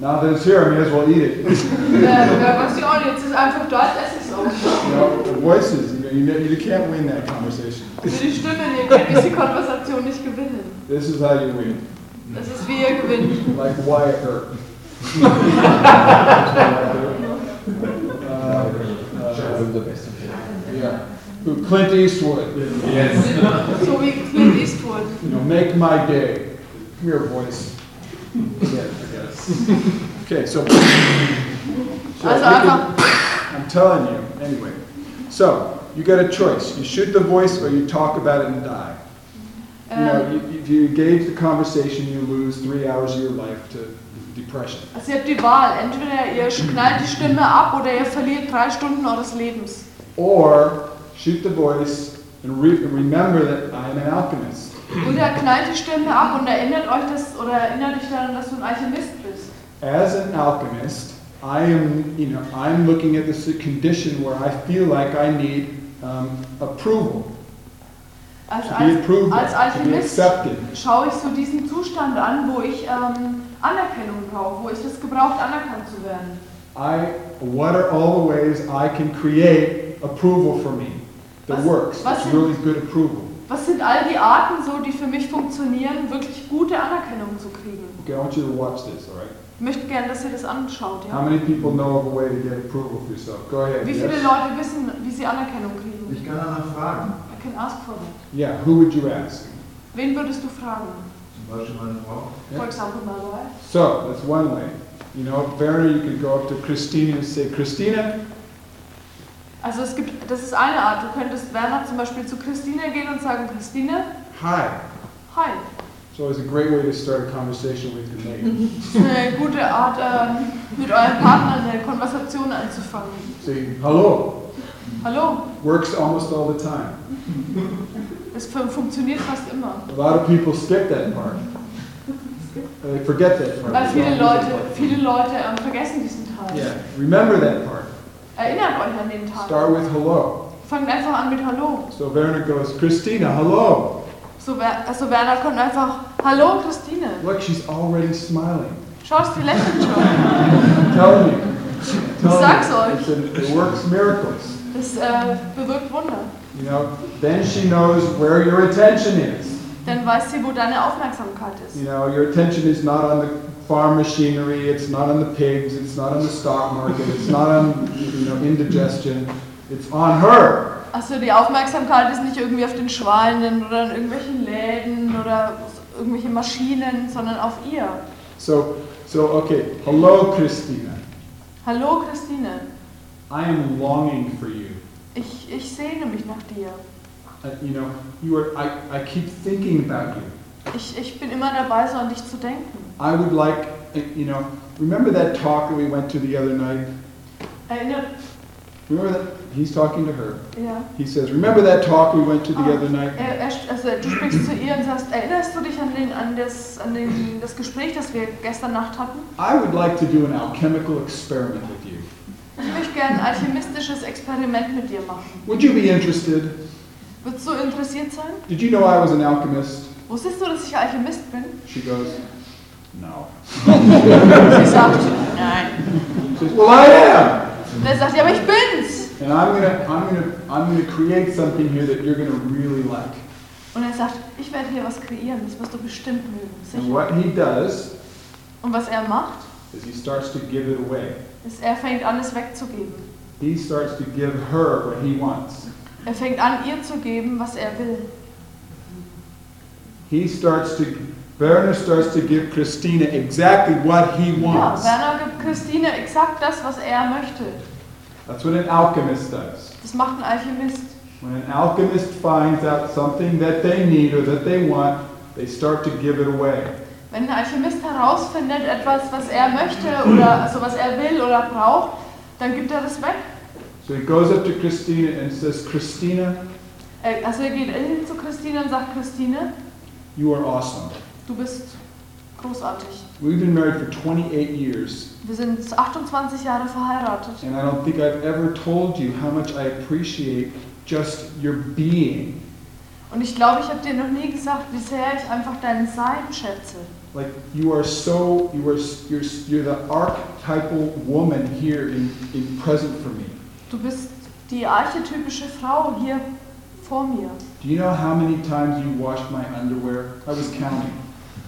Speaker 3: Now that it's here, I may as well eat it.
Speaker 2: Äh, was die Audience ist einfach dort, es ist so.
Speaker 3: You know, the voices, you know, you, know, you can't win that conversation.
Speaker 2: Die Stimme nehmen, kann ich die Konversation nicht gewinnen.
Speaker 3: This is how you win.
Speaker 2: Das ist wie ihr gewinnt.
Speaker 3: Like why [LAUGHS] her? Uh, Yeah. Who- Clint Eastwood,
Speaker 1: Yes.
Speaker 2: So wie Clint Eastwood.
Speaker 3: you know, make my day. Come here, voice. Yeah, I guess. Okay, so. so
Speaker 2: Also
Speaker 3: you can-
Speaker 2: einfach
Speaker 3: I'm telling you, anyway. So, you got a choice. You shoot the voice or you talk about it and die. You
Speaker 2: Um, Ähm,
Speaker 3: know, you- if you engage the conversation, you lose three hours of your life to depression.
Speaker 2: Also ihr habt die Wahl, entweder ihr knallt die Stimme ab oder ihr verliert drei Stunden eures Lebens.
Speaker 3: Or shoot the voice and re- remember that I am an alchemist.
Speaker 2: Oder knallt die Stimme ab und erinnert euch das oder erinnert dich daran, dass du ein Alchemist bist.
Speaker 3: As an alchemist, I am, you know, I'm looking at this condition where I feel like I need um, approval,
Speaker 2: Als,
Speaker 3: to be
Speaker 2: als,
Speaker 3: approved, of,
Speaker 2: als
Speaker 3: to be
Speaker 2: Alchemist-
Speaker 3: accepted.
Speaker 2: Also schaue ich so diesen Zustand an, wo ich ähm, Anerkennung brauche, wo ich das gebraucht, anerkannt zu werden.
Speaker 3: I, what are all the ways I can create approval for me that
Speaker 2: Was-
Speaker 3: works?
Speaker 2: was
Speaker 3: That's
Speaker 2: sind-
Speaker 3: really good approval.
Speaker 2: Was sind all die Arten so, die für mich funktionieren, wirklich gute Anerkennung zu kriegen?
Speaker 3: Okay, I want you to watch this, all right?
Speaker 2: Ich möchte gerne, dass ihr das anschaut.
Speaker 3: How
Speaker 2: Ja?
Speaker 3: many people know of a way to get approval for yourself? Go ahead.
Speaker 2: Wie viele
Speaker 3: yes?
Speaker 2: Leute wissen, wie sie Anerkennung kriegen?
Speaker 1: Ich kann danach fragen,
Speaker 2: I can ask for that.
Speaker 3: Yeah, who would you ask?
Speaker 2: Wen würdest du fragen?
Speaker 1: zum Beispiel meine Frau.
Speaker 3: Yeah.
Speaker 2: For example, my wife.
Speaker 3: So, that's one way. You know, Werner, you could go up to Christina and say, Christina,
Speaker 2: Also es gibt, das ist eine Art. Du könntest Werner zum Beispiel zu Christina gehen und sagen, Christine,
Speaker 3: hi.
Speaker 2: hi.
Speaker 3: It's always a great way to start a conversation with your neighbor.
Speaker 2: Das ist eine gute Art, ähm, mit eurem Partner eine Konversation anzufangen.
Speaker 3: so, you, hello
Speaker 2: Hallo,
Speaker 3: works almost all the time.
Speaker 2: das fun- funktioniert fast immer.
Speaker 3: A lot of people skip that part. They forget that part.
Speaker 2: Weil
Speaker 3: They don't
Speaker 2: viele
Speaker 3: use
Speaker 2: Leute,
Speaker 3: that part.
Speaker 2: viele Leute ähm, vergessen diesen Teil.
Speaker 3: Yeah, remember that part.
Speaker 2: Erinnert euch an den
Speaker 3: Start
Speaker 2: Teil.
Speaker 3: with hello.
Speaker 2: Fangt einfach an mit Hallo.
Speaker 3: So Werner goes, Christina, hello.
Speaker 2: So, Wer- also Werner kommt einfach, Hallo Christine.
Speaker 3: Look, she's already smiling.
Speaker 2: Schau, sie lächelt schon.
Speaker 3: I'm telling you. I'm telling
Speaker 2: Sucks
Speaker 3: you.
Speaker 2: on.
Speaker 3: It's a- It works miracles.
Speaker 2: Das äh, bewirkt Wunder.
Speaker 3: You know, then she knows where your attention is.
Speaker 2: Dann weiß sie, wo deine Aufmerksamkeit ist.
Speaker 3: You know, your attention is not on the farm machinery, it's not on the pigs, it's not on the stock market, it's not on, you know, indigestion. It's on her.
Speaker 2: Achso, die Aufmerksamkeit ist nicht irgendwie auf den Schweinen oder in irgendwelchen Läden oder irgendwelche Maschinen, sondern auf ihr.
Speaker 3: So, so okay, hello, Christina.
Speaker 2: Hallo Christine,
Speaker 3: I am longing for you.
Speaker 2: ich, ich sehne mich nach dir.
Speaker 3: Uh, you know, you are, I, I keep thinking about you.
Speaker 2: Ich, ich bin immer dabei, so an dich zu denken.
Speaker 3: I would like, uh, you know, remember that talk that we went to the other night?
Speaker 2: Erinnert,
Speaker 3: Remember that? He's talking to her.
Speaker 2: ja.
Speaker 3: He says, Remember that talk we went to the
Speaker 2: Ah,
Speaker 3: other night?
Speaker 2: Er, er, also du sprichst zu ihr und sagst, erinnerst du dich an, den, an, das, an den, das Gespräch, das wir gestern Nacht hatten?
Speaker 3: I would like to do an alchemical experiment with you.
Speaker 2: Ich möchte gerne ein alchemistisches Experiment mit dir machen.
Speaker 3: Would you be interested?
Speaker 2: Würdest du interessiert sein?
Speaker 3: Did you know I was an alchemist?
Speaker 2: Wusstest du, dass ich Alchemist bin?
Speaker 3: She goes, No.
Speaker 2: Sie sagt, nein.
Speaker 3: She says, Well, I am.
Speaker 2: Und er sagt, ja, aber ich bin's.
Speaker 3: And I'm gonna, I'm gonna, I'm gonna create something here that you're gonna really like.
Speaker 2: Und er sagt, ich werde hier was kreieren, das wirst du bestimmt mögen,
Speaker 3: And
Speaker 2: sicher.
Speaker 3: what he does
Speaker 2: Und was er macht,
Speaker 3: is he starts to give it away.
Speaker 2: ist, er fängt an, es wegzugeben.
Speaker 3: He starts to give her what he wants.
Speaker 2: Er fängt an, ihr zu geben, was er will.
Speaker 3: He starts to, Werner starts to give Christina exactly what he
Speaker 2: Ja,
Speaker 3: wants.
Speaker 2: Werner gibt Christine exakt das, was er möchte.
Speaker 3: That's what an alchemist does.
Speaker 2: Das macht ein Alchemist.
Speaker 3: When an alchemist finds out something that they need or that they want, they start to give it away.
Speaker 2: Wenn ein Alchemist herausfindet, etwas, was er möchte oder also was er will oder braucht, dann gibt er das weg.
Speaker 3: So he goes up to Christina and says, Christina,
Speaker 2: Er- Also er geht hin zu Christine und sagt, Christine,
Speaker 3: you are awesome.
Speaker 2: du bist großartig.
Speaker 3: We've been married for 28 years,
Speaker 2: Wir sind 28 Jahre verheiratet.
Speaker 3: and I don't think I've ever told you how much I appreciate just your being.
Speaker 2: Und ich glaube, ich habe dir noch nie gesagt, wie sehr ich einfach dein Sein schätze.
Speaker 3: Like you are so you are s- you're, s- you're the archetypal woman here in, in present for me.
Speaker 2: Du bist die archetypische Frau hier vor mir.
Speaker 3: Do you know how many times you washed my underwear? I was counting.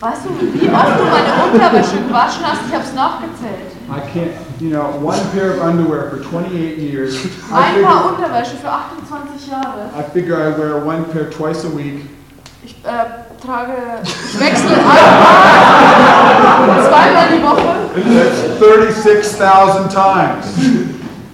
Speaker 2: Weißt du, wie oft du meine Unterwäsche gewaschen hast? Ich hab's nachgezählt.
Speaker 3: I can't, you know, one pair of underwear for 28 years. I
Speaker 2: Ein paar
Speaker 3: figure,
Speaker 2: Unterwäsche für 28 Jahre.
Speaker 3: I figure I wear one pair twice a week.
Speaker 2: Ich äh, trage, ich wechsle einmal, zweimal die Woche.
Speaker 3: That's 36,000 times.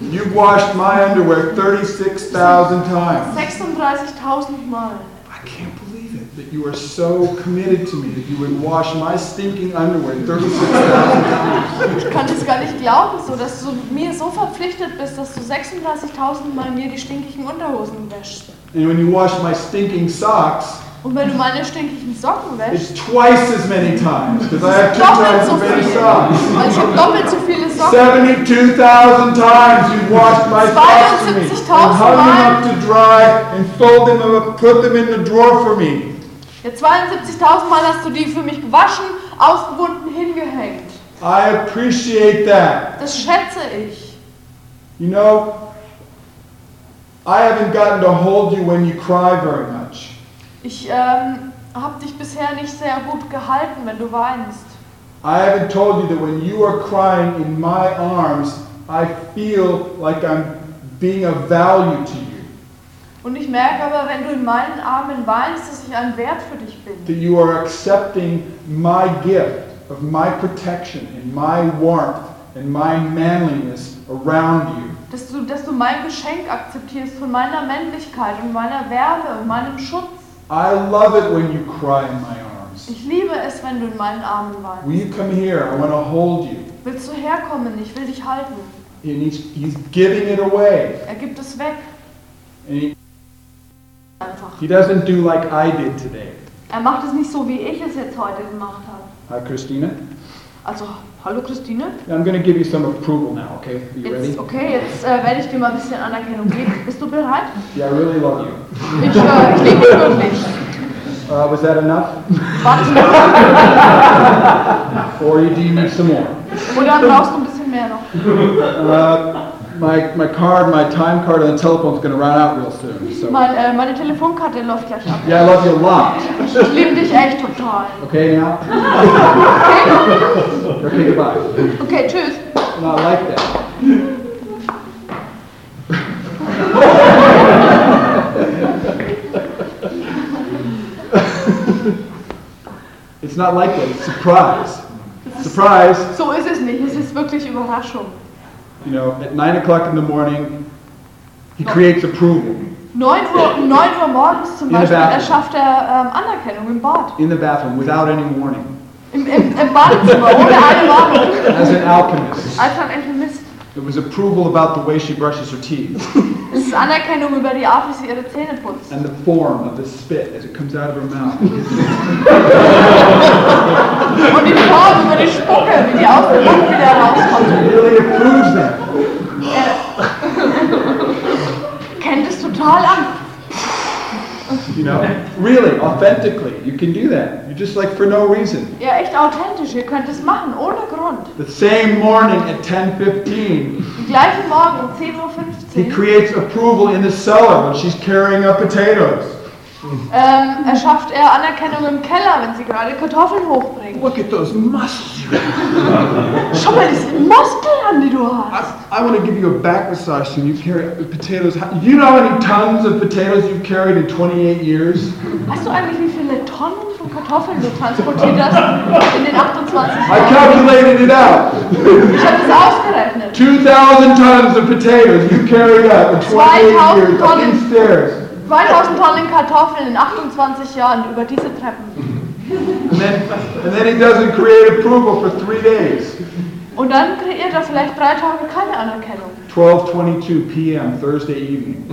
Speaker 3: You've washed my underwear 36,000 times.
Speaker 2: 36.000 Mal.
Speaker 3: I can't believe it that you are so committed to me that you would wash my stinking underwear 36,000 times.
Speaker 2: Ich kann das gar nicht glauben, so dass du mir so verpflichtet bist, dass du 36.000 Mal mir die stinkigen Unterhosen wäschst.
Speaker 3: And when you wash my stinking socks,
Speaker 2: Und wenn du meine stinkigen Socken wäschst,
Speaker 3: it's twice as many times because I have two
Speaker 2: doppelt
Speaker 3: times
Speaker 2: so
Speaker 3: as many
Speaker 2: viel.
Speaker 3: socks.
Speaker 2: Weil ich habe doppelt so viele Socken.
Speaker 3: 72,000 times you've washed my socks for me. And
Speaker 2: 72.000
Speaker 3: hung them
Speaker 2: Mal.
Speaker 3: up to dry and fold them up, put them in the drawer for me.
Speaker 2: Ja, 72.000 Mal hast du die für mich gewaschen, ausgewunden, hingehängt.
Speaker 3: I appreciate that.
Speaker 2: Das schätze ich.
Speaker 3: You know, I haven't gotten to hold you when you cry very much.
Speaker 2: Ich ähm, habe dich bisher nicht sehr gut gehalten, wenn du weinst.
Speaker 3: I haven't told you that when you are crying in my arms, I feel like I'm being of value to you,
Speaker 2: Und ich merke aber, wenn du in meinen Armen weinst, dass ich ein Wert für dich bin.
Speaker 3: that you are accepting my gift of my protection and my warmth and my manliness around you.
Speaker 2: Dass du, dass du mein Geschenk akzeptierst von meiner Männlichkeit und meiner Wärme und meinem Schutz.
Speaker 3: I love it when you cry in my arms.
Speaker 2: Ich liebe es, wenn du in meinen Armen weinst.
Speaker 3: Will you come here? I want to hold you.
Speaker 2: Willst du herkommen? Ich will dich halten.
Speaker 3: And he's, he's giving it away.
Speaker 2: Er gibt es weg.
Speaker 3: And he,
Speaker 2: Einfach.
Speaker 3: he doesn't do like I did today.
Speaker 2: Er macht es nicht so, wie ich es jetzt heute gemacht habe.
Speaker 3: Hi, Christina.
Speaker 2: Also, hallo Christine.
Speaker 3: I'm going to give you some approval now, okay? Are you ready?
Speaker 2: Jetzt, okay, jetzt äh, werde ich dir mal ein bisschen Anerkennung geben. Bist du bereit?
Speaker 3: Yeah, I really love you.
Speaker 2: Ich, äh, ich liebe dich wirklich.
Speaker 3: Uh, was that enough?
Speaker 2: Warte,
Speaker 3: Or do you need some more?
Speaker 2: oder brauchst du ein bisschen mehr noch?
Speaker 3: Uh, my, my card, my time card on the telephone's going to run out real soon. So.
Speaker 2: Mein, äh, meine Telefonkarte läuft gleich ab.
Speaker 3: Yeah, I love you a lot.
Speaker 2: Ich liebe dich echt total.
Speaker 3: Okay, now? okay, goodbye.
Speaker 2: Okay, tschüss.
Speaker 3: Not like that. it's not like that. It's surprise. Surprise.
Speaker 2: So ist es nicht. Es ist wirklich Überraschung.
Speaker 3: You know, at nine o'clock in the morning, he creates approval
Speaker 2: 9 Uhr, 9 Uhr morgens zum
Speaker 3: In der
Speaker 2: Beispiel
Speaker 3: Werbung.
Speaker 2: erschafft er ähm, Anerkennung im Bad.
Speaker 3: in the bathroom without any warning,
Speaker 2: Im, im, im Badezimmer, ohne eine Warnung.
Speaker 3: as an alchemist.
Speaker 2: Als ein Alchemist.
Speaker 3: It was approval about the way she brushes her teeth
Speaker 2: Es ist Anerkennung über die Art, wie sie ihre Zähne putzt.
Speaker 3: and the form of the spit as it comes out of her mouth.
Speaker 2: Und die Form über die Spucke, wie die aus dem Mund wieder rauskommt. Äh,
Speaker 3: He really approves that.
Speaker 2: Kennt es total an.
Speaker 3: You know, really, authentically, you can do that. You're just like for no reason.
Speaker 2: Ja, echt authentisch. Ihr könnt es machen, ohne Grund.
Speaker 3: The same morning at 10:15,
Speaker 2: Am gleichen Morgen um
Speaker 3: he
Speaker 2: 10.15 Uhr
Speaker 3: creates approval in the cellar when she's carrying up potatoes.
Speaker 2: ähm, erschafft er Anerkennung im Keller, wenn sie gerade Kartoffeln hochbringt.
Speaker 3: Look at those muscles. you have.
Speaker 2: Schau mal diese Muskeln an, die du hast.
Speaker 3: I, I want to give you a back massage when you carry potatoes. How- You know how many tons of potatoes you've carried in 28 years?
Speaker 2: Weißt du eigentlich, wie viele Tonnen von Kartoffeln du transportiert hast in den 28
Speaker 3: I
Speaker 2: Jahren?
Speaker 3: calculated it out.
Speaker 2: Ich habe das ausgerechnet.
Speaker 3: 2,000 tons of potatoes you carried up in 28 years
Speaker 2: 2,000
Speaker 3: up
Speaker 2: Tonnen.
Speaker 3: these stairs.
Speaker 2: 2000 Tonnen Kartoffeln in 28 Jahren über diese Treppen.
Speaker 3: And then, and then he doesn't create approval for three days.
Speaker 2: Und dann kreiert er vielleicht drei Tage keine Anerkennung.
Speaker 3: 12:22 p.m. Thursday evening.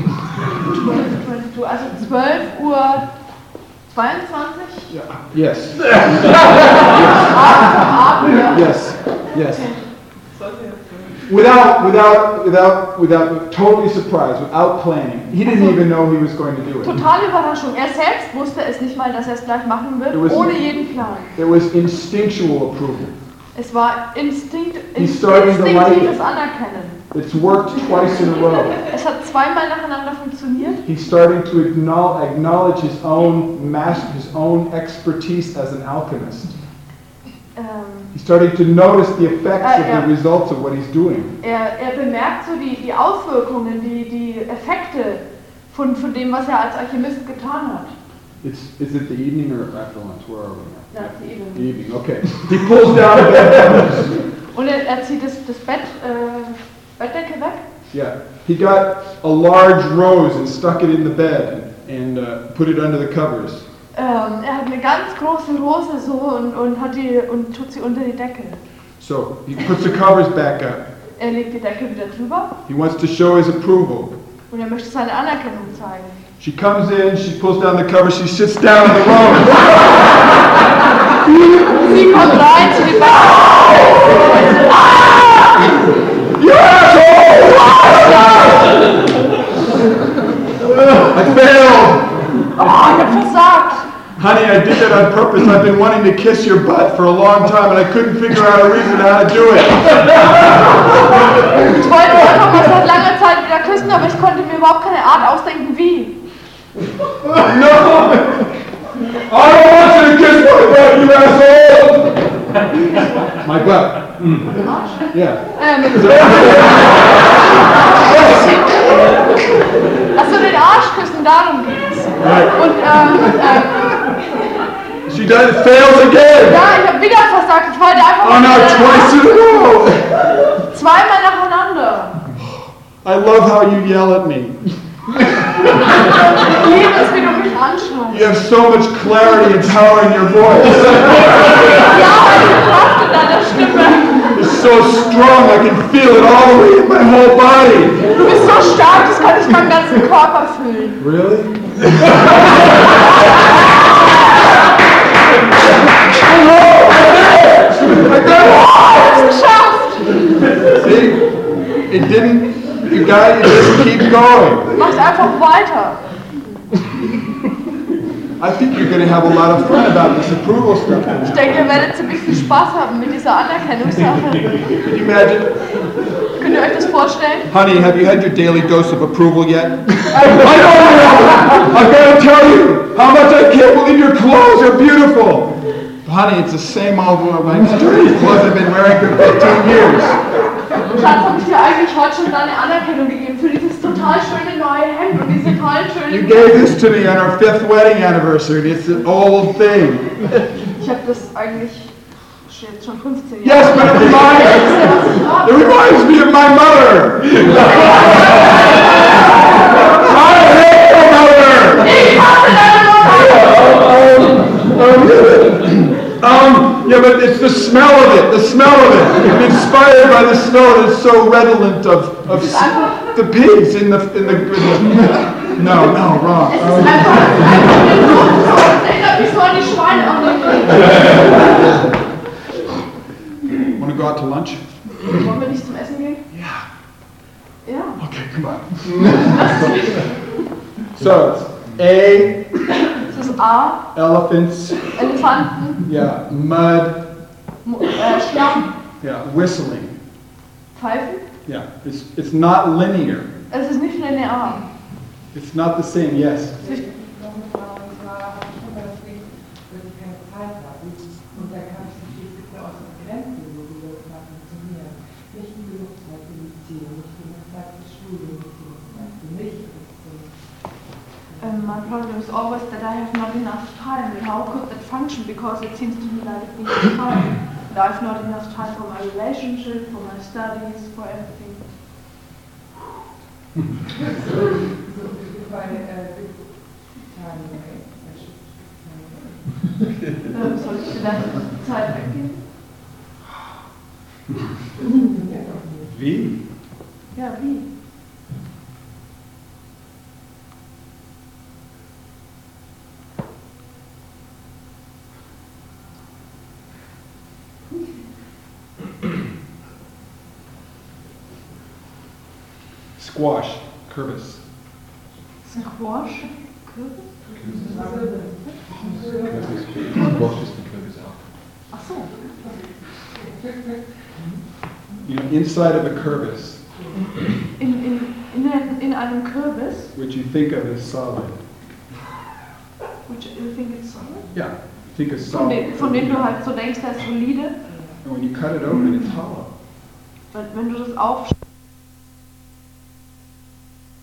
Speaker 2: Also 12 Uhr 22
Speaker 3: Yes,
Speaker 2: Abend, ja.
Speaker 3: yes, yes.
Speaker 4: [LAUGHS] Sollte jetzt
Speaker 3: Without, without, without, without, totally surprised, without planning. He didn't even know he was going to do it.
Speaker 2: Totale Überraschung. Er selbst wusste es nicht mal, dass er es gleich machen wird,
Speaker 3: Du bist-
Speaker 2: ohne jeden Plan.
Speaker 3: It was instinctual approval.
Speaker 2: Es war Instinkt,
Speaker 3: He's starting to like
Speaker 2: instinktives
Speaker 3: it.
Speaker 2: Anerkennen.
Speaker 3: It's worked twice in a row.
Speaker 2: Es hat zweimal nacheinander funktioniert.
Speaker 3: He's starting to acknowledge, acknowledge his own master, his own expertise as an alchemist.
Speaker 2: Ähm,
Speaker 3: He's starting to notice the effects of
Speaker 2: Ah, yeah.
Speaker 3: the results of what he's doing.
Speaker 2: er, er bemerkt so die, die Auswirkungen, die, die Effekte von, von dem, was er als Alchemist getan hat.
Speaker 3: It's, is it the evening or after lunch? Where are we now?
Speaker 2: That's
Speaker 3: The
Speaker 2: even.
Speaker 3: evening, okay. He pulls down a bed.
Speaker 2: Und er, er zieht das, das Bett, äh, Bettdecke weg.
Speaker 3: Yeah, he got a large rose and stuck it in the bed and uh, put it under the covers.
Speaker 2: Ähm, er hat eine ganz große Rose so und, und, hat die, und tut sie unter die Decke.
Speaker 3: So he puts the covers back up.
Speaker 2: Er legt die Decke wieder drüber
Speaker 3: He wants to show his approval.
Speaker 2: und er möchte seine Anerkennung zeigen.
Speaker 3: She comes in, she pulls down the cover, she sits down on the rose.
Speaker 2: Sie kommt rein zu dem Bett.
Speaker 3: I failed!
Speaker 2: Oh, ich hab versagt!
Speaker 3: Honey, I did that on purpose. I've been wanting to kiss your butt for a long time and I couldn't figure out a reason how to do it.
Speaker 2: Ich wollte dich einfach mal seit langer Zeit wieder küssen, aber ich konnte mir überhaupt keine Art ausdenken, wie.
Speaker 3: No! I don't want you to kiss my butt, you asshole! My butt. Mm. Yeah.
Speaker 2: Ähm, also den Arsch küssen, darum geht's.
Speaker 3: Right.
Speaker 2: Und ähm, ähm,
Speaker 3: She does, fails again!
Speaker 2: ja, ich hab wieder versagt. Ich wollte einfach
Speaker 3: Oh no, twice in a row!
Speaker 2: zweimal nacheinander.
Speaker 3: I love how you yell at me.
Speaker 2: Ich liebe es, wie du mich anschreibst.
Speaker 3: You have so much clarity and power in your voice.
Speaker 2: Kraft in deiner Stimme.
Speaker 3: It's so strong, I can feel it all the way in my whole body.
Speaker 2: Du bist so stark, das kann ich meinen ganzen Körper fühlen.
Speaker 3: Really?
Speaker 2: Ich hab's geschafft.
Speaker 3: See? It didn't, you guys, it just keeps going.
Speaker 2: Mach's einfach weiter.
Speaker 3: I think you're gonna have a lot of fun about this approval stuff.
Speaker 2: Ich denke, ihr werdet ziemlich viel Spaß haben mit dieser Anerkennungssache.
Speaker 3: Can you imagine?
Speaker 2: Könnt ihr euch das vorstellen?
Speaker 3: Honey, have you had your daily dose of approval yet? [LAUGHS] I don't know! I've gotta tell you how much I can't believe your clothes are beautiful! Honey, it's the same old one of my dirty clothes I've been wearing for 15 years.
Speaker 2: Schatz, habe ich dir eigentlich heute schon deine Anerkennung gegeben für dieses total schöne neue Hemd und diese total
Speaker 3: You
Speaker 2: schöne.
Speaker 3: gave this to me on our fifth wedding anniversary. It's an old thing.
Speaker 2: Ich habe das eigentlich ist jetzt schon 15 Jahre.
Speaker 3: Yes, but it reminds, it reminds me of my mother. [LAUGHS] I hate my mother.
Speaker 2: Ich hasse deine Mutter!
Speaker 3: Um, yeah, but it's the smell of it. The smell of it. I'm inspired by the smell. It's so redolent of of s- the pigs in the in the. In the no, no, wrong.
Speaker 2: Es ist einfach, einfach eine Luft. so. Es erinnert mich so an die Schweine auf dem Grill.
Speaker 3: Want to go out to lunch?
Speaker 2: Wollen wir nicht zum Essen gehen? Ja. Ja.
Speaker 3: Okay, come on. [LAUGHS] so, A,
Speaker 2: Es ist A,
Speaker 3: elephants,
Speaker 2: Elefanten,
Speaker 3: yeah, mud,
Speaker 2: Mu- äh, Schlamm,
Speaker 3: yeah, whistling.
Speaker 2: Pfeifen.
Speaker 3: Yeah, it's, it's not linear.
Speaker 2: Es ist nicht linear.
Speaker 3: It's not the same, yes.
Speaker 2: Um, my problem is always that I have not enough time. How could that function? Because it seems to me that it needs time. And I have not enough time for my relationship, for my studies, for everything.
Speaker 4: äh,
Speaker 2: Ähm, soll ich vielleicht die Zeit weggeben?
Speaker 3: V,
Speaker 2: Ja, wie?
Speaker 3: Squash, Kürbis.
Speaker 2: Squash?
Speaker 7: Bosch ist ein Kürbis auch.
Speaker 2: Ach so.
Speaker 3: You know, inside of a Kürbis,
Speaker 2: In, in, in, ein- in einem Kürbis,
Speaker 3: which you think of as solid.
Speaker 2: which you think is solid.
Speaker 3: Yeah, think of
Speaker 2: Von,
Speaker 3: solid.
Speaker 2: dem, von dem du halt so denkst, der ist solide.
Speaker 3: And when you cut it open, it's hollow.
Speaker 2: Weil wenn du das aufschneidest,